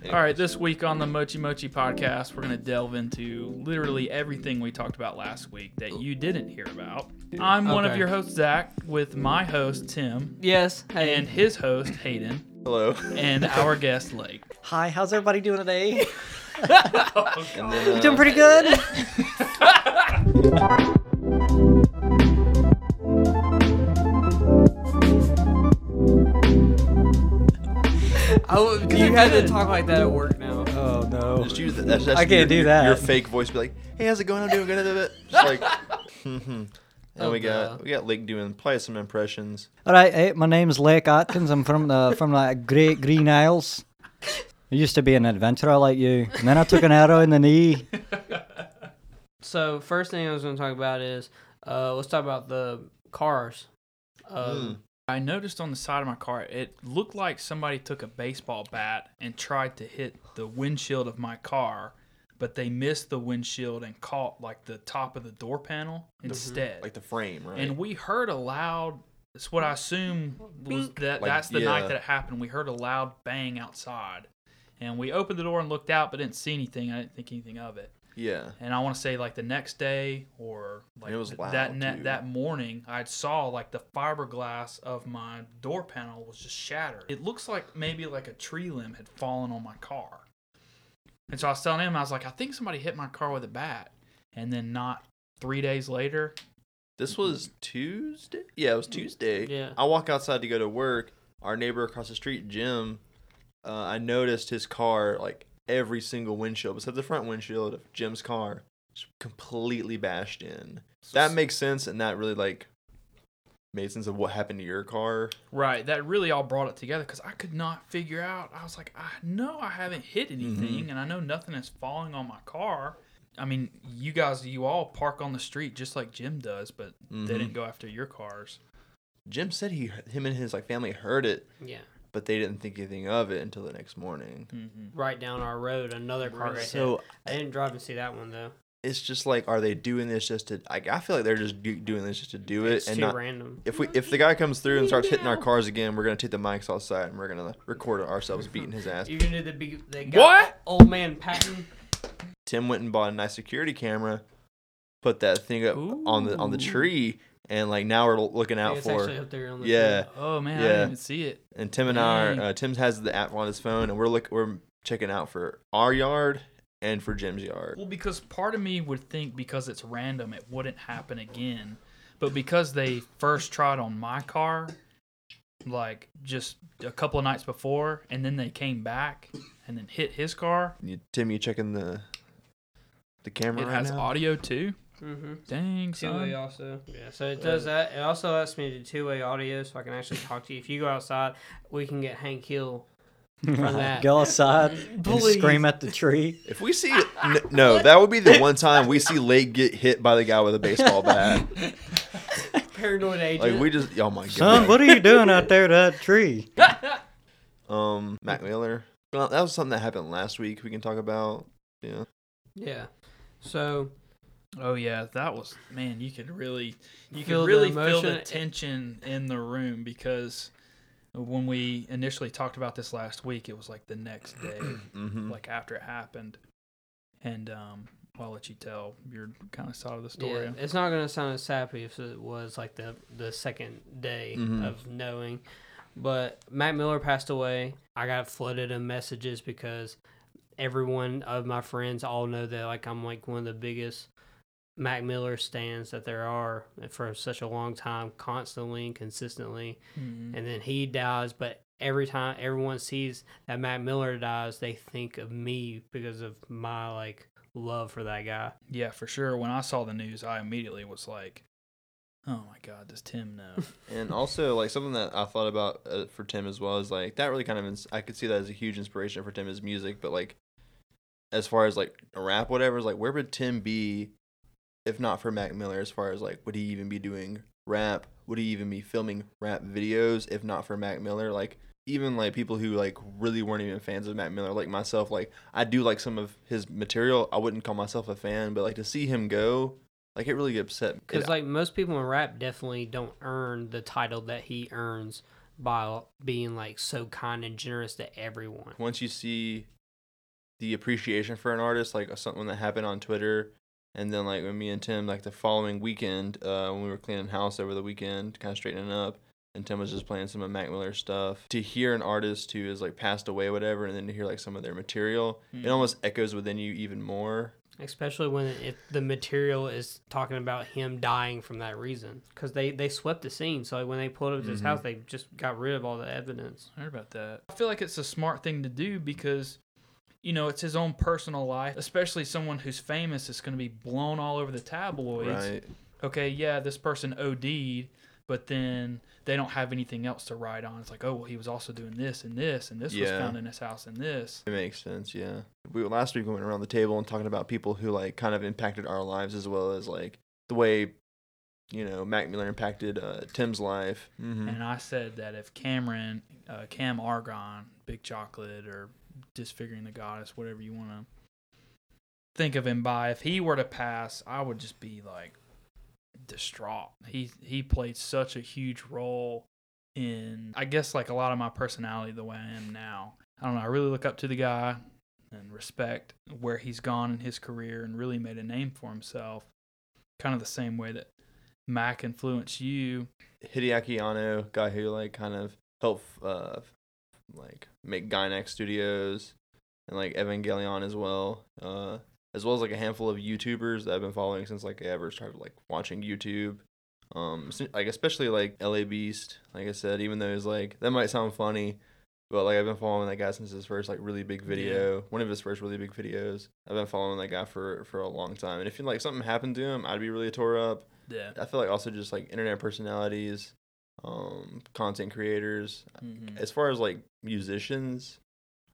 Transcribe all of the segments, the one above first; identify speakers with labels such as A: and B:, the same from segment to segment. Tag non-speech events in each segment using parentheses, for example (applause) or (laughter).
A: think.
B: All right, this week on the Mochi Mochi podcast, we're going to delve into literally everything we talked about last week that you didn't hear about. I'm one of
C: Okay.
B: your hosts, Zach, with my host, Tim,
C: Yes. Hey.
B: and his host, Hayden,
A: Hello.
B: and our guest, Lake.
D: Hi, how's everybody doing today?
C: (laughs)
D: (laughs)
A: And then, uh,
D: doing pretty good.
C: I would- you had
D: (laughs)
C: to talk like that at work now.
D: Oh
A: (laughs)
D: no.
A: just use that. That's, that's
D: I can't
A: your-
D: do that.
A: Your fake voice be like, "Hey, how's it going? I'm doing good." blah, blah, blah." Just like, mm-hmm. and
C: Oh,
A: we
C: duh.
A: got we got Lake doing probably some impressions.
D: All right, hey, my name's Lake Atkins. I'm from the from the Great Green Isles. I used to be an adventurer like you, and then I took an arrow in the knee.
C: So first thing I was going to talk about is uh, let's talk about the cars. Um,
B: I noticed on the side of my car, it looked like somebody took a baseball bat and tried to hit the windshield of my car, but they missed the windshield and caught like the top of the door panel instead.
A: like the frame, right?
B: and we heard a loud. It's what I assume was that.
A: Like,
B: that's the
A: yeah.
B: night that it happened. We heard a loud bang outside, and we opened the door and looked out, but didn't see anything. I didn't think anything of it.
A: yeah.
B: And I want to say like the next day or like
A: It was
B: th-
A: loud,
B: that net
A: too.
B: that morning, I saw like the fiberglass of my door panel was just shattered. It looks like maybe like a tree limb had fallen on my car. And so I was telling him, I was like, I think somebody hit my car with a bat. And then not three days later,
A: This was Tuesday. Yeah, it was Tuesday.
C: Mm-hmm. Mm, Yeah.
A: I walk outside to go to work. Our neighbor across the street, Jim, uh, I noticed his car like every single windshield, except the front windshield of Jim's car, was completely bashed in. That makes sense, and that really like made sense of what happened to your car.
B: Right, that really all brought it together because I could not figure out. I was like, I know I haven't hit
A: Mm-hmm.
B: anything, and I know nothing is falling on my car. I mean, you guys, you all park on the street just like Jim does, but
A: Mm-hmm.
B: they didn't go after your cars.
A: Jim said he, him and his like family heard it,
D: Hmm.
C: yeah.
A: but they didn't think anything of it until the next morning.
C: Right down our road, another car. Right
A: So
C: I didn't drive to see that one though.
A: it's just like, are they doing this just to? I, I feel like they're just do, doing this just to do it
C: It's
A: and
C: too
A: not
C: random.
A: If we if the guy comes through and starts hitting our cars again, we're gonna take the mics outside and we're gonna
B: (laughs)
A: record ourselves beating his ass.
C: You knew the big they got
B: What?
C: old man Patton.
A: Tim went and bought a nice security camera, put that thing up on the on the
B: Ooh.
A: tree, and like now we're looking out
C: It's
A: for.
C: actually up there on the
A: Yeah,
B: Oh man, I
A: Yeah.
B: didn't even see it.
A: and Tim and I, are,
B: Dang.
A: uh, Tim has the app on his phone, and we're look we're checking out for our yard and for Jim's yard.
B: Well, because part of me would think because it's random, it wouldn't happen again. But because they first tried on my car, like just a couple of nights before, and then they came back and then hit his car.
A: You, Tim, you checking the the camera
B: It
A: right
B: has
A: now?
B: audio too.
C: Mm-hmm.
B: Dang,
C: Two way
B: son.
C: also. Yeah, so it does that. It also asks me to do two way audio so I can actually talk to you. If you go outside, we can get
B: (laughs)
C: Hank Hill from
D: (laughs)
C: that.
D: Go outside and
C: Please.
D: scream at the tree.
A: If
B: (laughs)
A: we see n- no, that would be the one time we see Lake get hit by the guy with a
B: (laughs)
A: baseball bat.
C: Paranoid agent.
A: Like we just oh my god.
D: Son, what are you doing out there to that tree?
A: Um, Matt Miller. Well, that was something that happened last week. We can talk about. Yeah.
C: yeah. So
B: Oh yeah, that was man. You could really, you could
C: Feel the
B: really feel the
C: emotion.
B: tension in the room because when we initially talked about this last week, it was like the next
C: (clears throat)
B: day,
A: Mm-hmm.
B: like after it happened. And um, I'll let you tell your kind of side of the story.
C: yeah, it's not gonna sound as sappy if it was like the the second day
A: Mhm.
C: of knowing. But Matt Miller passed away. I got flooded in messages because everyone of my friends all know that like I'm like one of the biggest Mac Miller stands that there are for such a long time, constantly and consistently.
B: Mhm.
C: and then he dies. But every time everyone sees that Matt Miller dies, they think of me because of my like love for that guy.
B: Yeah, for sure. When I saw the news, I immediately was like, "Oh my God, does Tim know?"
A: And also, like something that I thought about uh, for Tim as well is like that really kind of ins- I could see that as a huge inspiration for Tim is music, but like as far as like rap, whatever, is like where would Tim be if not for Mac Miller? As far as like would he even be doing rap? Would he even be filming rap videos if not for Mac Miller? Like even like people who like really weren't even fans of Mac Miller, like myself, like I do like some of his material. I wouldn't call myself a fan, but like to see him go, like it really upset. it
C: Because like most people in rap definitely don't earn the title that he earns by being like so kind and generous to everyone.
A: once you see the appreciation for an artist, like uh, something that happened on Twitter, and then like when me and Tim, like the following weekend, uh, when we were cleaning house over the weekend, kind of straightening up, and Tim was just playing some of Mac Miller's stuff. To hear an artist who is like passed away, whatever, and then to hear like some of their material, it almost echoes within you even more.
C: especially when if the material is talking about him dying from that reason because they they swept the scene so like, when they pulled up to his
A: Mm-hmm.
C: house they just got rid of all the evidence
B: I heard about that. I feel like it's a smart thing to do because, you know, it's his own personal life, especially someone who's famous is going to be blown all over the tabloids.
A: Right.
B: Okay, yeah, this person OD'd, but then they don't have anything else to write on. It's like, oh, well, he was also doing this and this, and this was
A: Yeah.
B: found in his house and this.
A: It makes sense, yeah. We last week we went around the table and talking about people who like kind of impacted our lives as well as like the way, you know, Mac Miller impacted uh, Tim's life. Mm-hmm.
B: And I said that if Cameron, uh, Cam Argon, Big Chocolate, or Disfiguring the Goddess, whatever you want to think of him by, if he were to pass, I would just be like distraught. He he played such a huge role in, I guess, like a lot of my personality, the way I am now. I don't know. I really look up to the guy and respect where he's gone in his career and really made a name for himself. Kind of the same way that Mac influenced you.
A: Hideaki Anno, guy who like kind of helped uh, like make Gynax Studios and like Evangelion as well, uh, as well as like a handful of YouTubers that I've been following since like I ever started like watching YouTube. Um, s- like especially like LA Beast, like I said, even though it's like that might sound funny, but like I've been following that guy since his first like really big video, one of his first really big videos. I've been following that guy for for a long time, and if like something happened to him, I'd be really tore up.
B: Yeah.
A: I feel like also just like internet personalities, um, content creators.
B: Mm-hmm. Mm.
A: As far as like musicians,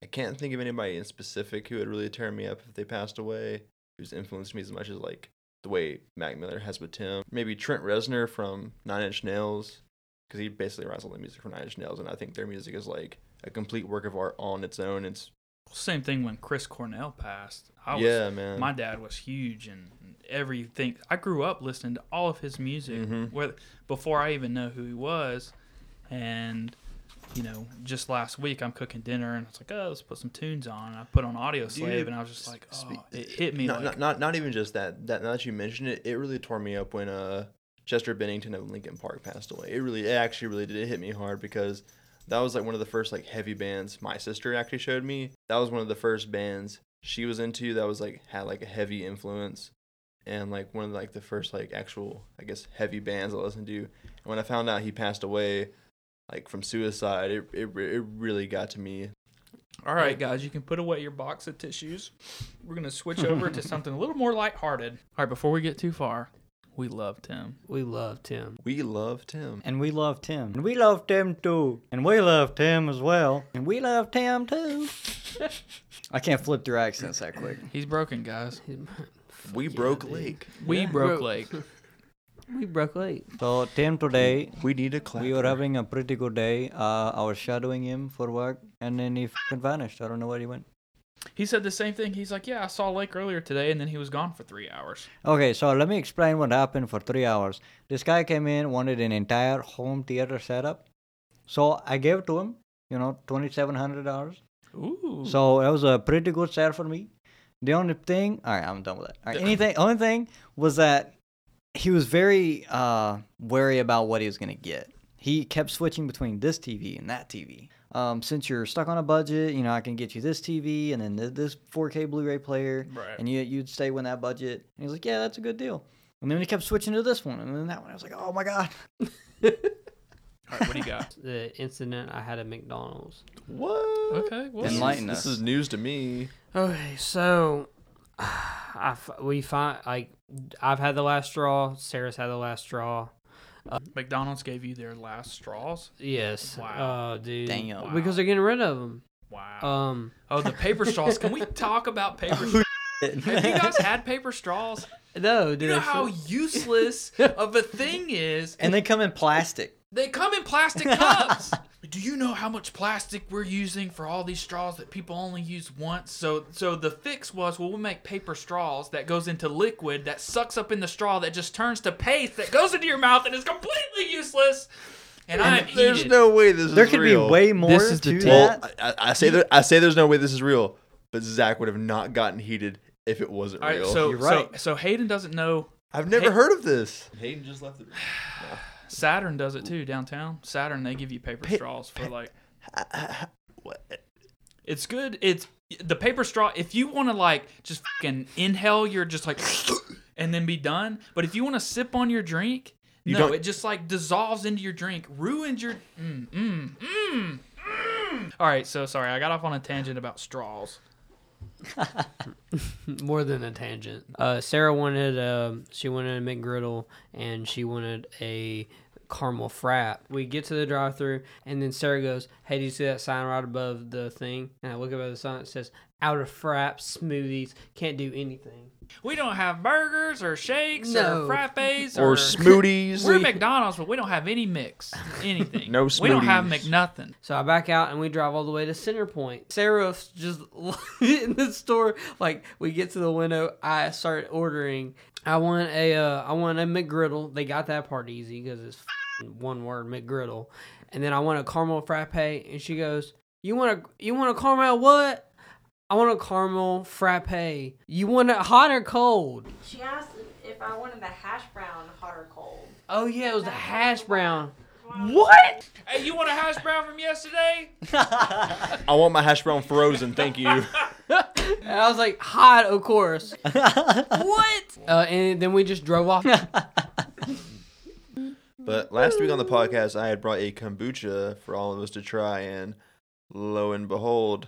A: I can't think of anybody in specific who would really tear me up if they passed away, who's influenced me as much as like the way Mac Miller has with Tim. Maybe Trent Reznor from Nine Inch Nails, because he basically writes all the music from Nine Inch Nails, and I think their music is like a complete work of art on its own. It's
B: Same thing when Chris Cornell passed. I was,
A: yeah, man.
B: My dad was huge and everything. I grew up listening to all of his music
A: Mhm.
B: whether- before I even know who he was. And, you know, just last week I'm cooking dinner and I was like, oh, let's put some tunes on. And I put on Audio Slave and I was just like,
A: Spe-
B: oh, it hit me.
A: Not,
B: like,
A: not, not, not even just that. That now that you mentioned it, it really tore me up when uh Chester Bennington of Lincoln Park passed away. It really, it actually really did hit me hard because that was like one of the first like heavy bands my sister actually showed me. That was one of the first bands she was into that was like had like a heavy influence and like one of like the first like actual I guess heavy bands I listened to. And when I found out he passed away like from suicide, it it, re- it really got to me.
B: all right, guys, you can put away your box of tissues. We're going to switch over to something a little more lighthearted. All right, before we get too far, we love
A: (laughs)
B: Tim.
C: we love (laughs) tim
A: We love Tim.
D: And we love Tim. And we love Tim too. And we love Tim as well. And we love Tim too. I can't flip through accents that quick.
B: He's broken, guys.
A: We broke Lake.
B: We broke Lake.
C: (laughs) we broke late
D: So Tim today,
A: We need a clap.
D: we were having a pretty good day. Uh, I was shadowing him for work, and then he fucking vanished. I don't know where he went.
B: He said the same thing. He's like, "Yeah, I saw Lake earlier today, and then he was gone for three hours."
D: Okay, so let me explain what happened for three hours. This guy came in, wanted an entire home theater setup. So I gave to him, you know, twenty-seven hundred dollars.
B: Ooh.
D: So that was a pretty good sale for me. The only thing, all right, I'm done with that. All right, anything, only thing was that he was very uh, wary about what he was gonna get. He kept switching between this TV and that TV. Um, since you're stuck on a budget, you know I can get you this TV and then th- this 4K Blu-ray player,
B: Right.
D: and you you'd stay within that budget. And he's like, yeah, that's a good deal. And then he kept switching to this one and then that one. I was like, oh my god. (laughs)
B: All right, what do you got?
C: the incident i had at mcdonald's
A: What?
B: (laughs) okay. Well,
A: This is-
D: Enlighten
A: this
D: us.
A: is news to me.
C: okay so (sighs) I f- we find like i've had the last straw sarah's had the last straw
B: McDonald's gave you their last straws.
C: yes
B: Wow.
C: oh dude
D: Damn.
C: because they're getting rid of them
B: Wow.
D: Uh,
C: um
B: oh, the
D: (laughs)
B: paper straws. Can we talk about paper? straws? Have you guys had paper straws?
C: no dude
B: You know
C: I
B: how
C: feel-
B: useless of a thing is.
D: And they come in plastic.
B: They come in
D: (laughs)
B: plastic cups. Do you know how much plastic we're using for all these straws that people only use once? So so the fix was well we'll make paper straws that goes into liquid that sucks up in the straw that just turns to paste that goes into your mouth and is completely useless. And, I'm
A: There's
B: heated.
A: no way this is
D: There could
A: real.
D: be way more
B: This is the
D: to
B: tip.
A: Well,
D: that.
A: I, I- I say there, I say there's no way this is real, but Zach would have not gotten heated if it wasn't
B: All right,
A: real.
B: so
D: You're
B: so
D: right.
B: so Hayden doesn't know.
A: I've never
B: Hey-
A: heard of this. Hayden just left the room.
B: Saturn does it too downtown. Saturn they give you paper straws for like
A: (laughs)
B: It's good. It's the paper straw. If you want to like just fucking inhale, you're just like, (laughs) and then be done. But if you want to sip on your drink,
A: You
B: no,
A: don't-
B: it just like dissolves into your drink, ruins your. Mm, mm, mm, mm. All right, so sorry, I got off on a tangent about straws.
C: More than a tangent. Uh, Sarah wanted um she wanted a McGriddle and she wanted a caramel frap. We get to the drive through and then Sarah goes, "Hey, do you see that sign right above the thing?" And I look above the sign. It says, "Out of fraps, smoothies. Can't do anything."
B: We don't have burgers or shakes
C: No.
B: or frappes
A: Or
B: We're
A: smoothies.
B: McDonald's, but we don't have any mix, anything.
A: (laughs) No
B: We don't have
A: smoothies.
B: McNothing.
C: So I back out and we drive all the way to Center Point. Sarah's just (laughs) in the store. Like we get to the window, I start ordering. I want a, uh, I want a McGriddle. They got that part easy because it's f***ing one word McGriddle. And then I want a caramel frappe, and she goes, "You want a, you want a caramel what? I want a caramel frappe. You want it hot or cold?
E: She asked if I wanted the hash brown hot or cold.
C: Oh yeah, it was the hash brown.
D: What?
B: Hey, you want a hash brown from yesterday?
A: I want my hash brown frozen.
B: (laughs)
A: Thank you.
C: And I was like, hot, of course. what? Uh, and then we just drove off.
A: But last week on the podcast, I had brought a kombucha for all of us to try, and lo and behold,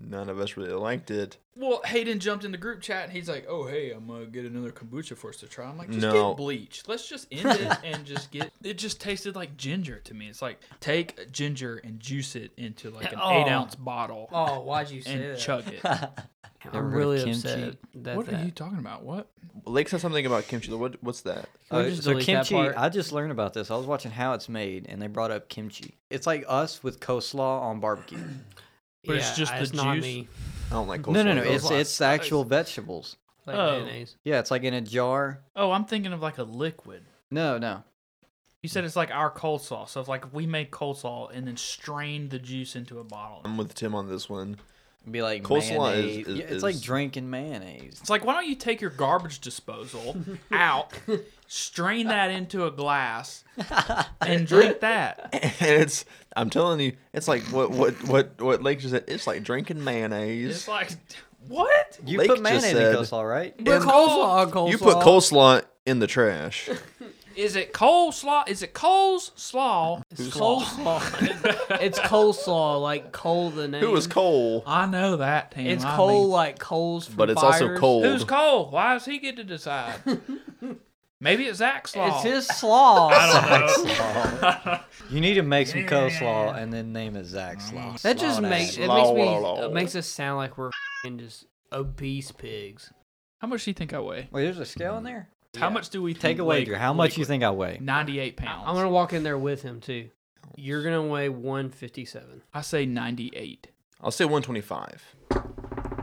A: none of us really liked it.
B: Well, Hayden jumped in the group chat and he's like, "Oh, hey, I'm gonna get another kombucha for us to try." I'm like, "Just
A: No.
B: get bleach. Let's just
A: (laughs)
B: end it and just get." It just tasted like ginger to me. It's like take ginger and juice it into like an
C: Oh.
B: eight ounce bottle
C: Oh, why'd you
B: (laughs)
C: say
B: and
C: that?
B: chug it.
D: (laughs) Never
C: I'm
D: heard of
C: really
D: kimchi.
C: upset. That,
B: what are
C: that-
B: you talking about? What?
A: Lake said something about kimchi. What, what's that?
C: Can we just
D: so
C: delete that
D: kimchi,
C: part?
D: I just learned about this. I was watching how it's made, and they brought up kimchi. It's like us with coleslaw
B: (clears throat)
D: on barbecue.
B: But it's just the
C: not
B: juice?
C: me.
A: I don't like coleslaw.
D: no, no, no. It's
A: Coleslaw.
D: it's the actual vegetables.
C: Like
B: Oh.
C: mayonnaise.
D: Yeah, it's like in a jar.
B: Oh, I'm thinking of like a liquid.
D: No, no.
B: You said it's like our coleslaw. So if like we made coleslaw and then strained the juice into a bottle,
A: I'm with Tim on this one. (laughs)
D: It'd be like
A: Coleslaw is-
D: mayonnaise.
A: is-
D: yeah, it's like
A: is-
D: drinking mayonnaise.
B: It's like, why don't you take your garbage disposal out, strain that into a glass, and drink that?
A: And it's, I'm telling you, it's like what what what what Lake just said. It's like drinking mayonnaise.
B: It's like, what?
D: You
A: Lake
D: put
A: just
D: mayonnaise
A: said-
D: in coleslaw, right?
C: But coleslaw, coleslaw.
A: you put coleslaw in
B: (laughs)
A: the trash.
B: Is it coleslaw? Is it Cole's slaw?
C: coleslaw. it's coleslaw, like coal the name.
A: Who was Cole?
B: I know that, Tim.
C: It's
B: I
C: coal
B: mean-
C: like coals from
A: But it's also
C: fires.
A: cold.
B: Who's Cole? Why does he get to decide? Maybe it's Zach's slaw.
C: It's his slaw.
D: You need to make some coleslaw and then name it Zach Slaw.
C: That just
D: Slaw
C: makes
D: down.
C: it makes me
A: Slaw.
C: it makes us sound like we're fing just obese pigs.
B: How much do you think I weigh?
D: Wait, there's a scale in there.
B: How much do we
D: Take a wager. How much you think I weigh?
B: Ninety-eight pounds.
C: I'm gonna walk in there with him too. You're gonna weigh 157.
B: I say ninety-eight.
A: I'll say 125.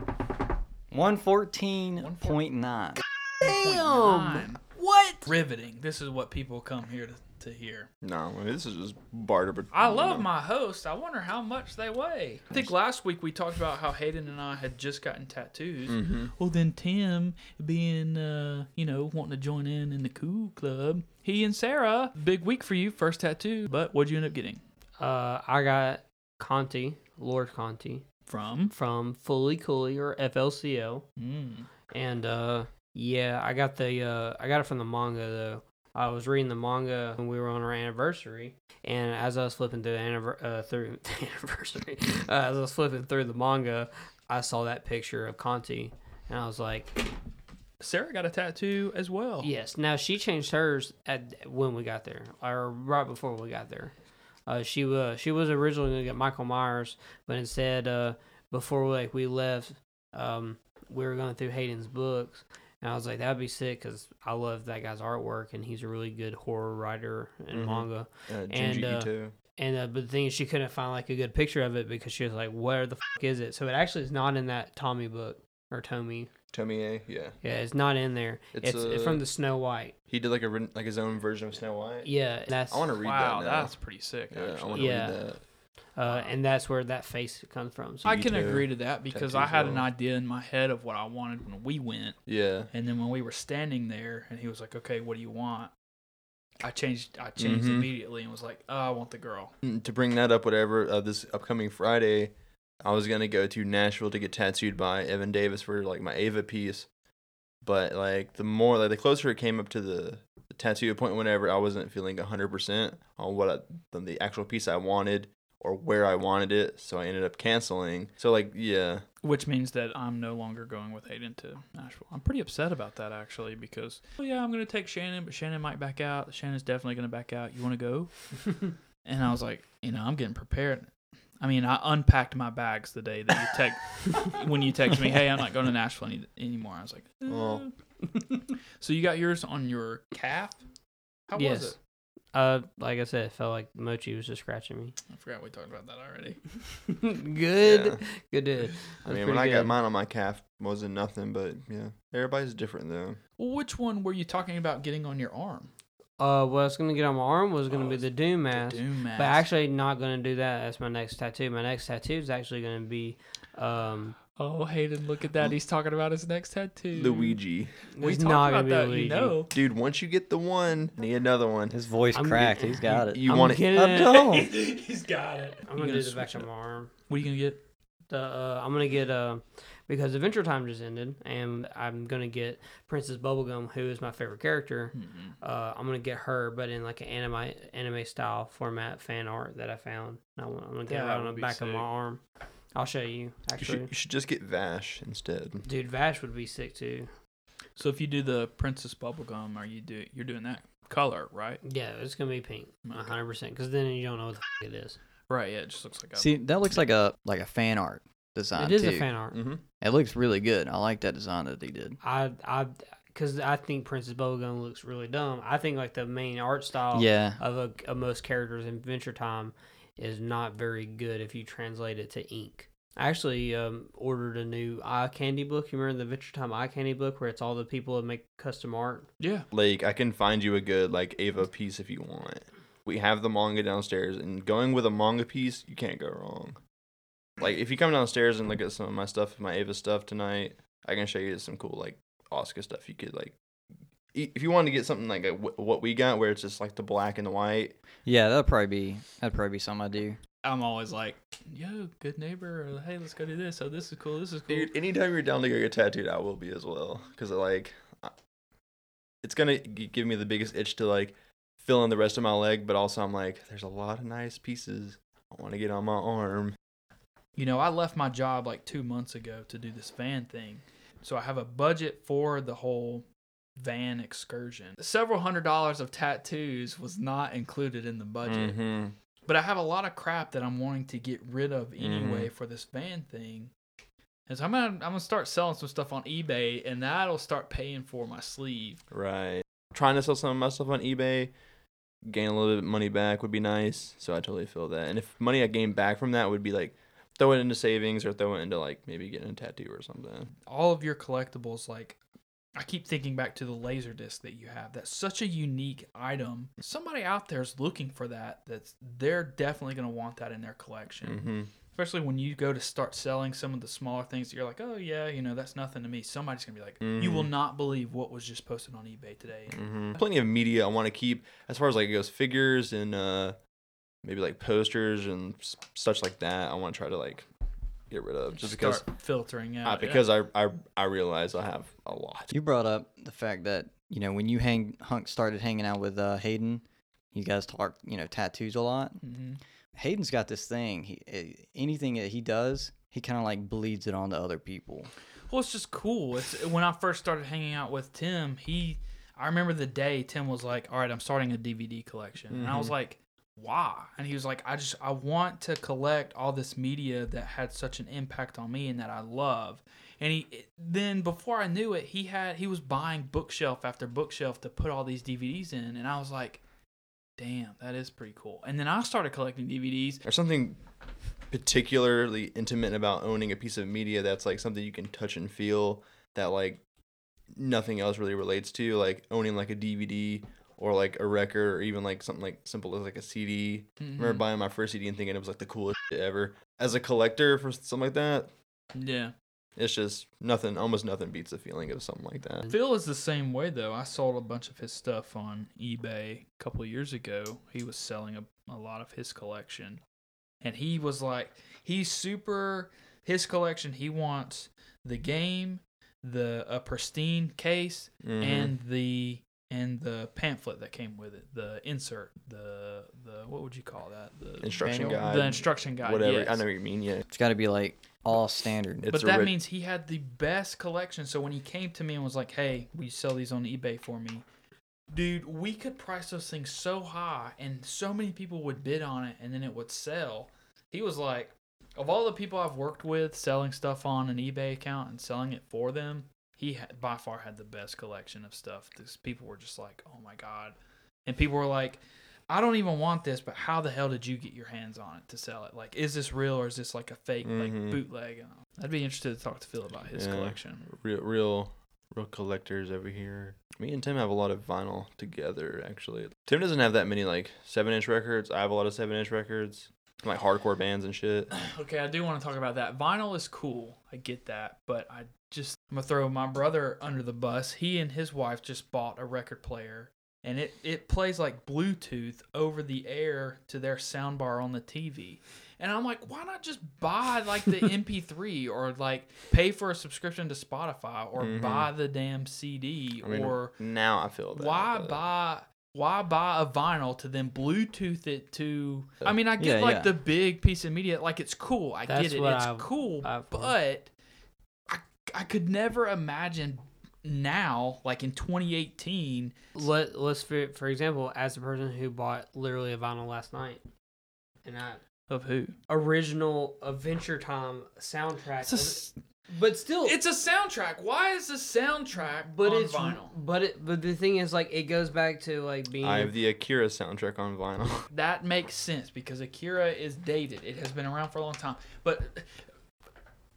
D: One fourteen point nine.
B: Damn. What? Riveting. This is what people come here to, to hear.
A: No, I mean, this is just barter.
B: I love my host. I wonder how much they weigh. I think last week we talked about how Hayden and I had just gotten tattoos.
A: Mm-hmm.
B: Well, then Tim, being, uh, you know, wanting to join in in the cool club, he and Sarah, big week for you, first tattoo. But what'd you end up getting?
C: Uh, I got Conti, Lord Conti,
B: From?
C: from Fully Cooley or FLCL,
B: Mm.
C: and uh, yeah, I got the uh, I got it from the manga though. I was reading the manga when we were on our anniversary, and as I was flipping through the anniver- uh, through (laughs) the anniversary, uh, as I was flipping through the manga, I saw that picture of Conti, and I was like,
B: Sarah got a tattoo as well.
C: Yes. Now she changed hers at when we got there, or right before we got there. Uh, she was she was originally gonna get Michael Myers, but instead, uh, before like we left, um, we were going through Hayden's books, and I was like, that'd be sick because I love that guy's artwork, and he's a really good horror writer and
A: Mhm.
C: manga.
A: Uh,
C: and,
A: Junji
C: uh,
A: Ito.
C: And uh, but the thing is, she couldn't find like a good picture of it because she was like, where the fuck is it? So it actually is not in that Tommy book or Tommy.
A: Tomie, yeah.
C: Yeah, it's not in there.
A: It's,
C: It's, it's
A: uh,
C: from the Snow White.
A: He did like a written- like his own version of Snow White.
C: Yeah, that's
A: I want to read
B: wow,
A: that now.
B: that's pretty sick.
A: yeah, I
B: actually.
A: want to
C: Yeah.
A: read that.
C: uh, and that's where that face comes from. (laughs) So
B: I can
A: Tattoo.
B: agree to that because
A: Tattoo
B: I
A: as
B: had an
A: well.
B: idea in my head of what I wanted when we went,
A: Yeah.
B: and then when we were standing there, and he was like, "Okay, what do you want?" I changed. I changed
A: Mhm.
B: immediately and was like, oh, "I want the girl."
A: Mm, To bring that up, whatever, uh, this upcoming Friday, I was gonna go to Nashville to get tattooed by Evan Davis for like my Ava piece, but like the more like the closer it came up to the, the tattoo appointment, whenever I wasn't feeling hundred percent on what I, the, the actual piece I wanted or where I wanted it, so I ended up canceling. So like yeah,
B: Which means that I'm no longer going with Hayden to Nashville. I'm pretty upset about that actually because, well, yeah, I'm going to take Shannon, but Shannon might back out. Shannon's definitely going to back out. You want to go? and I was like, you know, I'm getting prepared. I mean, I unpacked my bags the day that you
D: (laughs)
B: text when you text me, hey, I'm not going to Nashville any- anymore. I was like, eh.
A: Oh.
B: so you got yours on your calf? How
C: yes.
B: was it?
C: Uh, like I said, it felt like Mochi was just scratching
B: (laughs)
C: me.
B: I forgot we talked about that already.
C: good,
A: Yeah.
C: good dude.
A: I mean when I got mine on my calf wasn't nothing, but yeah, everybody's different though.
B: Well, which one were you talking about getting on your arm?
C: Uh, what I was gonna get on my arm was gonna
B: Oh,
C: be
B: it's
C: the Doom
B: The
C: mask,
B: Doom
C: but
B: mask.
C: actually not gonna do that. That's my next tattoo. My next tattoo is actually gonna be, um,
B: Oh, Hayden, look at that. He's talking about his next tattoo.
A: Luigi,
B: We
C: it's
B: talked
C: not
B: about
C: gonna
B: that,
C: be Luigi.
B: you know.
A: dude, once you get the one, need another one.
D: His voice
C: I'm-
D: cracked. He's
C: (laughs)
D: got it.
A: You
C: I'm
A: want it?
C: getting
D: I
B: (laughs)
C: it-
D: don't. (laughs)
C: (laughs)
B: He's got it.
C: I'm gonna do the
B: switch
C: back of
B: it.
C: my arm.
B: What are you going to get?
C: the uh, I'm gonna get uh because Adventure Time just ended, and I'm gonna get Princess Bubblegum, who is my favorite character.
B: Mm-hmm.
C: Uh, I'm gonna get her, but in like an anime anime style format fan art that I found. And I want, I'm gonna get her
B: That
C: on
B: would
C: the
B: be
C: back of
B: sick.
C: my arm. I'll show you
A: You
C: actually.
A: should, you should just get Vash instead.
C: Dude, Vash would be sick too.
B: So if you do the Princess Bubblegum, are you do you're doing that color, right?
C: Yeah, it's gonna be pink,
B: Okay.
C: 100. percent Because then you don't know what the (laughs) f- it is.
B: Right, yeah, it just looks like a
D: See, that looks like a like a fan art design.
C: It is a
D: too.
C: fan art.
A: Mm-hmm.
D: It looks really good. I like that design that they did.
C: I I because I think Princess Bubblegum looks really dumb. I think like the main art style.
D: Yeah.
C: of, a, of most characters in Adventure Time is not very good if you translate it to ink. I actually um, ordered a new eye candy book. You remember the Adventure Time eye candy book where it's all the people that make custom art?
B: Yeah.
A: Like I can find you a good like Ava piece if you want. We have the manga downstairs, and going with a manga piece, you can't go wrong. Like if you come downstairs and look at some of my stuff, my Ava stuff tonight, I can show you some cool like Oscar stuff. You could like, i- if you wanted to get something like a, wh- what we got, where it's just like the black and the white.
D: Yeah, that'd probably be that'd probably be something I do.
B: I'm always like, yo, good neighbor, or hey, let's go do this. Oh, this is cool, this is cool.
A: Dude, anytime you're down to go get tattooed, I will be as well. Cause like, I- it's gonna g- give me the biggest itch to like fill in the rest of my leg, but also I'm like, there's a lot of nice pieces I want to get on my arm.
B: You know, I left my job like two months ago to do this van thing. So I have a budget for the whole van excursion. Several hundred dollars of tattoos was not included in the budget.
A: Mm-hmm.
B: But I have a lot of crap that I'm wanting to get rid of anyway for this van thing. And so I'm gonna I'm gonna start selling some stuff on eBay and that'll start paying for my sleeve.
A: Right. Trying to sell some of my stuff on eBay, gain a little bit of money back would be nice. So I totally feel that. And if money I gain back from that would be like throw it into savings or throw it into like maybe getting a tattoo or something.
B: All of your collectibles, like I keep thinking back to the laser disc that you have. That's such a unique item. Somebody out there is looking for that. That's they're definitely gonna want that in their collection.
A: Mm-hmm.
B: Especially when you go to start selling some of the smaller things that you're like, oh yeah, you know, that's nothing to me. Somebody's gonna be like, you will
A: Mhm.
B: not believe what was just posted on eBay today.
A: hmm Plenty of media I want to keep as far as like it goes figures and uh maybe like posters and s- such like that. I want to try to like get rid of just because
B: start filtering out
A: uh,
B: yeah.
A: because I, I I realize I have a lot.
D: You brought up the fact that you know when you hang hunk started hanging out with uh, Hayden, you guys talk you know tattoos a lot.
C: Mm-hmm.
B: Mhm.
D: Hayden's got this thing. He eh, anything that he does, he kind of like bleeds it on to other people.
B: Well, it's just cool. It's when I first started hanging out with Tim. He, I remember the day Tim was like, "All right, I'm starting a DVD collection," and I was like, "Why?" And he was like, "I just I want to collect all this media that had such an impact on me and that I love." And he it- then before I knew it, he had he was buying bookshelf after bookshelf to put all these DVDs in, and I was like, "Damn, that is pretty cool." And then I started collecting DVDs,
A: There's something particularly intimate about owning a piece of media that's like something you can touch and feel that like nothing else really relates to like owning like a DVD or like a record or even like something like simple as like a CD.
B: Mm-hmm.
A: I remember buying my first CD and thinking it was like the coolest shit ever. As a collector for something like that,
B: Mm-hmm. Yeah.
A: it's just nothing, almost nothing beats the feeling of something like that.
B: Phil is the same way though. I sold a bunch of his stuff on eBay a couple of years ago. He was selling a, a lot of his collection. And he was like he's super his collection he wants the game, the a pristine case
A: Mhm.
B: and the and the pamphlet that came with it, the insert, the the what would you call that? The
A: Instruction
B: manual?
A: guide,
B: The instruction guide.
A: Whatever. I
B: yes.
A: know what you mean. Yeah.
D: It's got to be like all standard.
A: It's
B: but
A: a
B: that
A: ri-
B: means he had the best collection. So when he came to me and was like, "Hey, will you sell these on eBay for me?" Dude, we could price those things so high, and so many people would bid on it, and then it would sell. He was like, of all the people I've worked with selling stuff on an eBay account and selling it for them, he had, by far had the best collection of stuff. These people were just like, "Oh my god," and people were like, "I don't even want this, but how the hell did you get your hands on it to sell it? Like, is this real or is this like a fake like
A: Mhm.
B: bootleg?" And I'd be interested to talk to Phil about his
A: Yeah.
B: collection.
A: real real real collectors over here. Me and Tim have a lot of vinyl together actually. Tim doesn't have that many like seven inch records. I have a lot of seven inch records. Like hardcore bands and shit.
B: Okay, I do want to talk about that. Vinyl is cool, I get that, but I just I'm gonna throw my brother under the bus. He and his wife just bought a record player, and it it plays like Bluetooth over the air to their soundbar on the TV. And I'm like, why not just buy like the
A: (laughs)
B: MP3 or like pay for a subscription to Spotify or
A: Mhm.
B: buy the damn CD
A: I mean
B: or
A: now I feel that.
B: why
A: but-
B: buy why buy a vinyl to then Bluetooth it to? I mean, I get
D: Uh, Yeah,
B: like
D: yeah.
B: the big piece of media, like it's cool. I
C: That's
B: get it.
C: what
B: It's
C: I-
B: cool,
C: I've heard.
B: but I I could never imagine now, like in 2018.
C: Let let's for, for example, as a person who bought literally a vinyl last night, and I
B: Of who?
C: original Adventure Time soundtrack,
B: It's a,
C: of
B: s-
C: it- but still,
B: it's a soundtrack. Why is the soundtrack
C: but
B: on
C: it's
B: vinyl?
C: but it but the thing is like it goes back to like being
A: I have the Akira soundtrack on vinyl.
B: That makes sense because Akira is dated. It has been around for a long time. But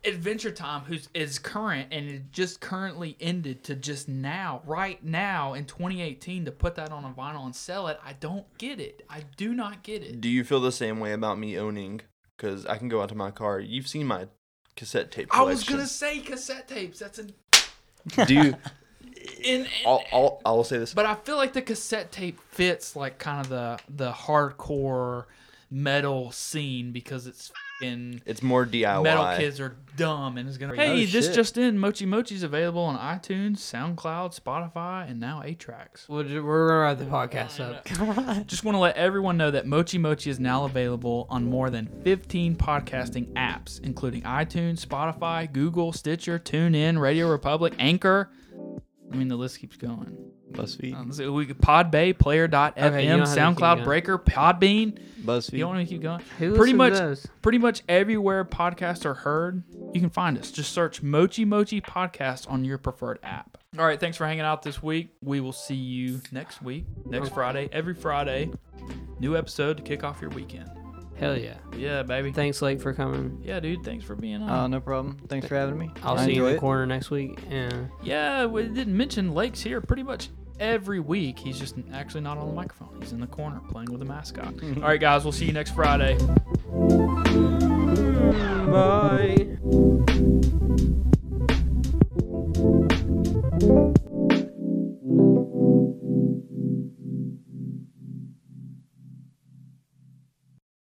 B: Adventure Time, who's is current and it just currently ended to just now, right now in 2018, to put that on a vinyl and sell it, I don't get it. I do not get it.
A: Do you feel the same way about me owning? Because I can go out to my car. You've seen my cassette tape
B: I
A: collection.
B: was gonna say cassette tapes. That's an (laughs)
A: Do you,
B: in,
A: I'll, I'll, I'll say this.
B: but I feel like the cassette tape fits like kind of the the hardcore metal scene because it's in.
A: It's more DIY.
B: metal kids are dumb and is gonna. Hey,
D: Oh,
B: this
D: shit.
B: just in: Mochi Mochi's available on iTunes, SoundCloud, Spotify, and now Atrax.
C: We're, ju- we're gonna wrap the podcast up. (laughs)
B: Just want to let everyone know that Mochi Mochi is now available on more than 15 podcasting apps, including iTunes, Spotify, Google, Stitcher, TuneIn, Radio Republic, Anchor. I mean, the list keeps going.
D: BuzzFeed.
C: Oh.
B: Um, so we could Podbay, Player.fm,
C: Okay, you don't have to keep
B: SoundCloud,
C: going.
B: Breaker, Podbean.
D: BuzzFeed.
B: You want me to keep going?
C: Who
B: pretty
C: listens to
B: much,
C: those?
B: pretty much everywhere podcasts are heard, you can find us. Just search Mochi Mochi Podcast on your preferred app. All right, thanks for hanging out this week. We will see you next week, next Friday, every Friday. New episode to kick off your weekend.
C: Hell yeah!
B: Yeah, baby.
C: Thanks, Lake, for coming.
B: yeah, dude. Thanks for being on.
D: Uh, no problem. Thanks for having me.
C: I'll
D: I
C: see you in
D: enjoy
C: the
D: it.
C: corner next week. And
B: yeah, we didn't mention Lake's here pretty much every week. He's just actually not on the microphone. He's in the corner playing with the mascot. All right, guys. We'll see you next Friday.